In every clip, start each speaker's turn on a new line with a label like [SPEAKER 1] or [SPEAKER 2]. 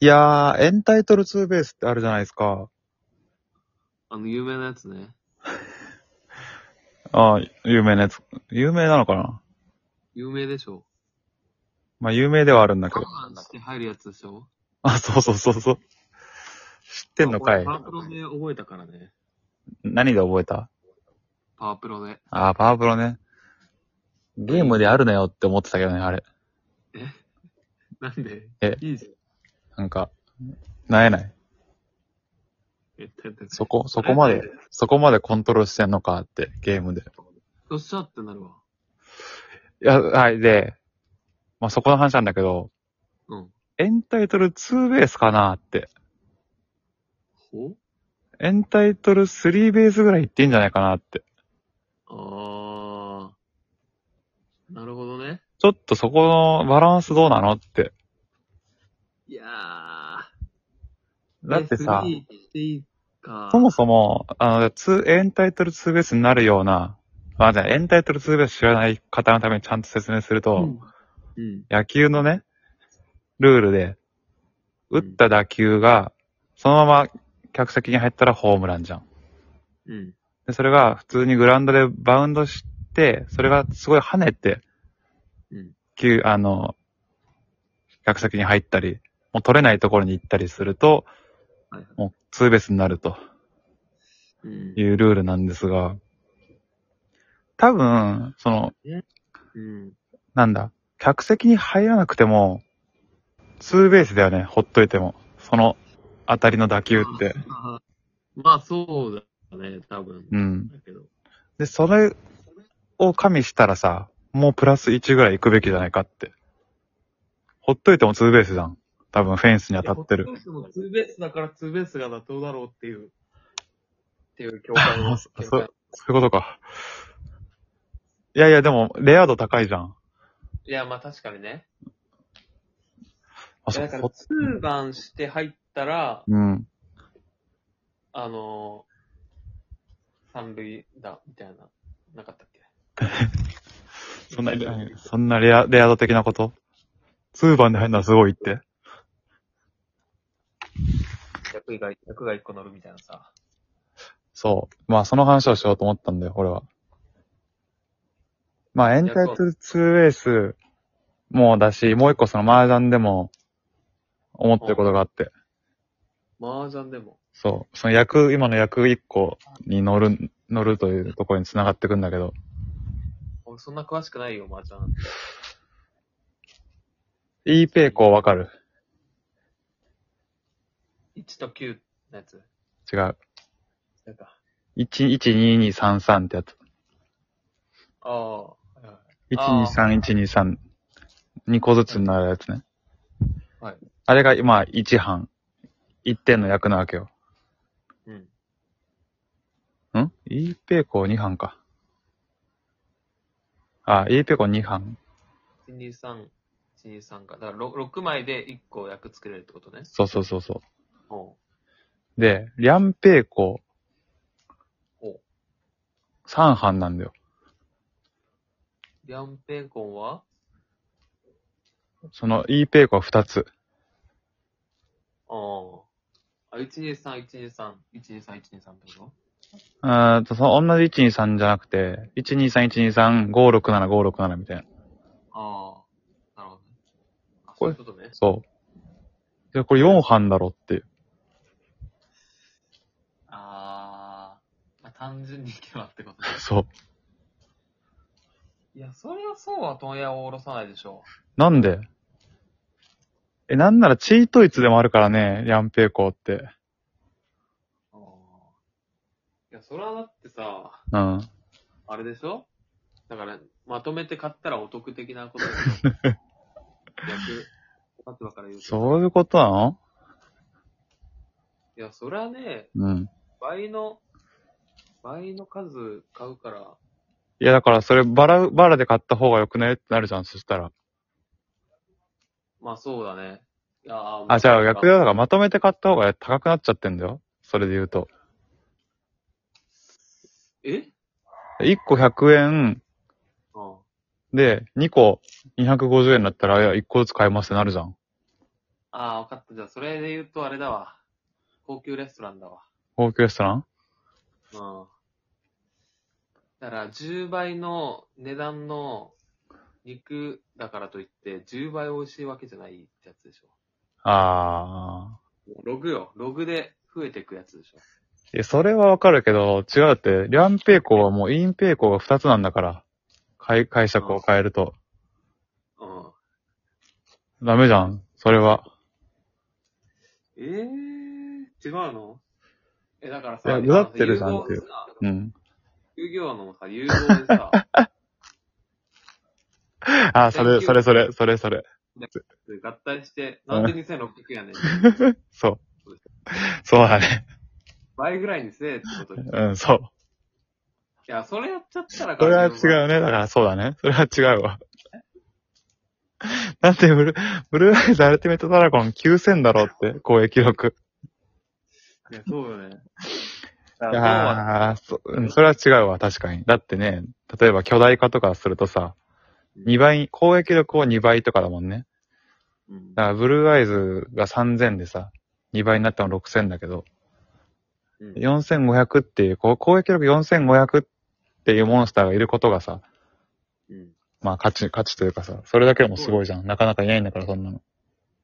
[SPEAKER 1] いやー、エンタイトルツーベースってあるじゃないですか。
[SPEAKER 2] あの、有名なやつね。
[SPEAKER 1] ああ、有名なやつ。有名なのかな
[SPEAKER 2] 有名でしょ。
[SPEAKER 1] まあ、有名ではあるんだけ
[SPEAKER 2] カ
[SPEAKER 1] ど。
[SPEAKER 2] バーして入るやつでしょ。
[SPEAKER 1] あ、そうそうそうそう。知ってんのかい
[SPEAKER 2] パ。ワープロで覚えたからね。
[SPEAKER 1] 何で覚えた
[SPEAKER 2] パワープロで。
[SPEAKER 1] あー、パワープロね。ゲームであるなよって思ってたけどね、あれ。
[SPEAKER 2] なんで
[SPEAKER 1] え
[SPEAKER 2] いいじゃん。
[SPEAKER 1] なんか、なえない。
[SPEAKER 2] え、だって
[SPEAKER 1] そこ、そこまで、そこまでコントロールしてんのかって、ゲームで。
[SPEAKER 2] よっしゃってなるわ。
[SPEAKER 1] いや、はい、で、まあ、そこの話なんだけど、
[SPEAKER 2] うん。
[SPEAKER 1] エンタイトルツーベースかなって。
[SPEAKER 2] ほ
[SPEAKER 1] エンタイトルスリーベースぐらいいっていいんじゃないかなって。
[SPEAKER 2] あー。なるほどね。
[SPEAKER 1] ちょっとそこのバランスどうなのって。
[SPEAKER 2] いやー。
[SPEAKER 1] だってさ
[SPEAKER 2] え、スリーしていいか。
[SPEAKER 1] そもそも、あの、ツーエンタイトルツーベースになるような、まあ、じゃあエンタイトルツーベース知らない方のためにちゃんと説明すると、
[SPEAKER 2] うん。うん。
[SPEAKER 1] 野球のね、ルールで、打った打球が、そのまま客席に入ったらホームランじゃん。
[SPEAKER 2] うん。
[SPEAKER 1] で、それが普通にグラウンドでバウンドして、それがすごい跳ねて、
[SPEAKER 2] うん。
[SPEAKER 1] 球、あの、客席に入ったり、もう取れないところに行ったりすると
[SPEAKER 2] はいはい、
[SPEAKER 1] もうツーベースになると
[SPEAKER 2] うん
[SPEAKER 1] い。うルールなんですが、多分、その、
[SPEAKER 2] うん。
[SPEAKER 1] なんだ、客席に入らなくても、ツーベースだよね、ほっといても。その当たりの打球って。
[SPEAKER 2] あーまあ、そうだね、多分。
[SPEAKER 1] うん。
[SPEAKER 2] だけど。
[SPEAKER 1] で、それを加味したらさ、もうプラス1ぐらい行くべきじゃないかって。ほっといてもツーベースじゃん。多分フェンスに当たってる
[SPEAKER 2] い。や。ホットケーキもツーベースだからツーベースが妥当だろうっていう、っていう教会 の
[SPEAKER 1] そうそうそういうことか。いやいや、でも、レア度高いじゃん。
[SPEAKER 2] いや、まあ確かにね。
[SPEAKER 1] あ、
[SPEAKER 2] いや
[SPEAKER 1] そ
[SPEAKER 2] だから、
[SPEAKER 1] こ。
[SPEAKER 2] ツーバンして入ったら、
[SPEAKER 1] うん。
[SPEAKER 2] あのー、三塁だ、みたいな、なかったっけ
[SPEAKER 1] そんな、
[SPEAKER 2] い
[SPEAKER 1] そんなレア、レア度的なことツー番で入るのはすごいって。
[SPEAKER 2] 役が、役が一個乗るみたいなさ。
[SPEAKER 1] そう。まあ、その話をしようと思ったんだよ、俺は。まあ、エンタイトルツーベースもだし、もう一個その麻雀でも思ってることがあって。
[SPEAKER 2] 麻雀でも。
[SPEAKER 1] そう。その役、今の役一個に乗る、乗るというところに繋がってくんだけど。
[SPEAKER 2] 俺そんな詳しくないよ、麻雀。
[SPEAKER 1] E ペイコーわかる
[SPEAKER 2] 1と9のやつ。
[SPEAKER 1] 違う。
[SPEAKER 2] なんか。
[SPEAKER 1] 112233ってやつ。
[SPEAKER 2] ああ、はいはい。あ
[SPEAKER 1] 123、123。2個ずつになるやつね。
[SPEAKER 2] はい。
[SPEAKER 1] あれが、まあ、1班。1点の役なわけよ。
[SPEAKER 2] うん。
[SPEAKER 1] ん ?E ペーコー2班か。あ、E ペーコー2班。
[SPEAKER 2] 123、123か。だからろ 6, 枚で1個役作れるってことね。
[SPEAKER 1] そうそうそうそ
[SPEAKER 2] おう
[SPEAKER 1] う。で、リャンペーコー
[SPEAKER 2] お。
[SPEAKER 1] 3班なんだよ。
[SPEAKER 2] リャンペーコンは
[SPEAKER 1] その E ペーコー2つ。
[SPEAKER 2] ああ。あ、123、123、123、123ってこ
[SPEAKER 1] うーんと、その同じ123じゃなくて、123、123、567、567みたいな。
[SPEAKER 2] とああ。なるほどね。あ、
[SPEAKER 1] こ
[SPEAKER 2] そう
[SPEAKER 1] れ
[SPEAKER 2] いうことね。
[SPEAKER 1] そう。で、これ4班だろっていう。
[SPEAKER 2] ああ。まあ、単純にいけばってことね。
[SPEAKER 1] そう。
[SPEAKER 2] いや、それはそうは問屋を下ろさないでしょ
[SPEAKER 1] なんでえ、なんならチートイツでもあるからね、リャンペーコーって。
[SPEAKER 2] う。ああ。いや、それはだってさ、
[SPEAKER 1] うん。
[SPEAKER 2] あれでしょだから、まとめて買ったらお得的なこと だよ。役、立場から言うと。
[SPEAKER 1] そういうことなの
[SPEAKER 2] いや、それはね、
[SPEAKER 1] うん。
[SPEAKER 2] 倍の、倍の数買うから、
[SPEAKER 1] いや、だからそれバラ、バラで買った方が良くないってなるじゃん、そしたら。
[SPEAKER 2] まあそうだね。いやー
[SPEAKER 1] あ、じゃあ逆で、だ
[SPEAKER 2] だ
[SPEAKER 1] からまとめて買った方が高くなっちゃってんだよ。それで言うと。
[SPEAKER 2] え
[SPEAKER 1] 1個100円
[SPEAKER 2] うん。
[SPEAKER 1] で、2個250円だったら、いや、1個ずつ買えますってなるじゃん。
[SPEAKER 2] あああ、わかった。じゃあ、それで言うとあれだわ。高級レストランだわ。
[SPEAKER 1] 高級レストラン
[SPEAKER 2] うん。だから、10倍の値段の肉だからといって、10倍美味しいわけじゃないってやつでしょ。
[SPEAKER 1] あ
[SPEAKER 2] もうログよ。ログで増えていくやつでしょ。
[SPEAKER 1] ー。いや、それはわかるけど、違うって、リャンペイコはもうインペイコが2つなんだから。解解釈を変えると。
[SPEAKER 2] うん。
[SPEAKER 1] ダメじゃん。それは。
[SPEAKER 2] ええ違うのえ、だから
[SPEAKER 1] い
[SPEAKER 2] さ、
[SPEAKER 1] やだってるじゃん
[SPEAKER 2] あのさ
[SPEAKER 1] っていうう
[SPEAKER 2] 融合さ
[SPEAKER 1] ん。
[SPEAKER 2] 遊戯王のさ、融合でさ、
[SPEAKER 1] あー、それ、それ、それ、それ、それ。
[SPEAKER 2] 合体して、なんで2600やねん。
[SPEAKER 1] そう。そうだね。
[SPEAKER 2] 倍ぐらいにせえってことに。い
[SPEAKER 1] うん、そう。
[SPEAKER 2] や、それやっちゃったら
[SPEAKER 1] それは違
[SPEAKER 2] う。
[SPEAKER 1] うね。だからそうだね。それは違うわ。 だってブル、ブルーアイズアルティメットドラゴン9000だろうって、公益録。
[SPEAKER 2] いや、そうよね。
[SPEAKER 1] い
[SPEAKER 2] だから
[SPEAKER 1] やーそ、うん、それは違うわ、確かに。だってね、例えば巨大化とかするとさ、2倍、公益力を2倍とかだもんね。
[SPEAKER 2] そう
[SPEAKER 1] だからブルーアイズが3000でさ、2倍になったの6000だけど、
[SPEAKER 2] うん。うん
[SPEAKER 1] 4500っていう、こう公益力4500っていうモンスターがいることがさ、
[SPEAKER 2] うん。
[SPEAKER 1] まあ価値、価値というかさ、それだけでもすごいじゃん。なかなかいないんだから、そんなの。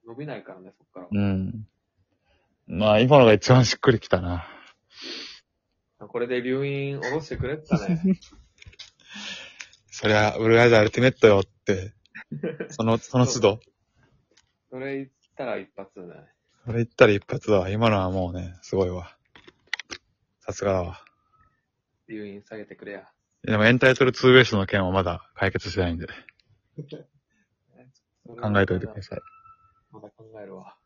[SPEAKER 2] 伸びないからね、そっから。
[SPEAKER 1] うん。まあ、今のが一番しっくりきたな。
[SPEAKER 2] これで留飲下ろしてくれてたね。
[SPEAKER 1] そりゃ、ブルーアイズアルティメットよって。その、その都度。
[SPEAKER 2] それ言ったら一発だね。
[SPEAKER 1] それ言ったら一発だわ。今のはもうね、すごいわ。さすがだわ。
[SPEAKER 2] 留飲下げてくれや。
[SPEAKER 1] でもエンタイトル2ベースの件はまだ解決してないんで、考えておいてください。
[SPEAKER 2] まだ考えるわ。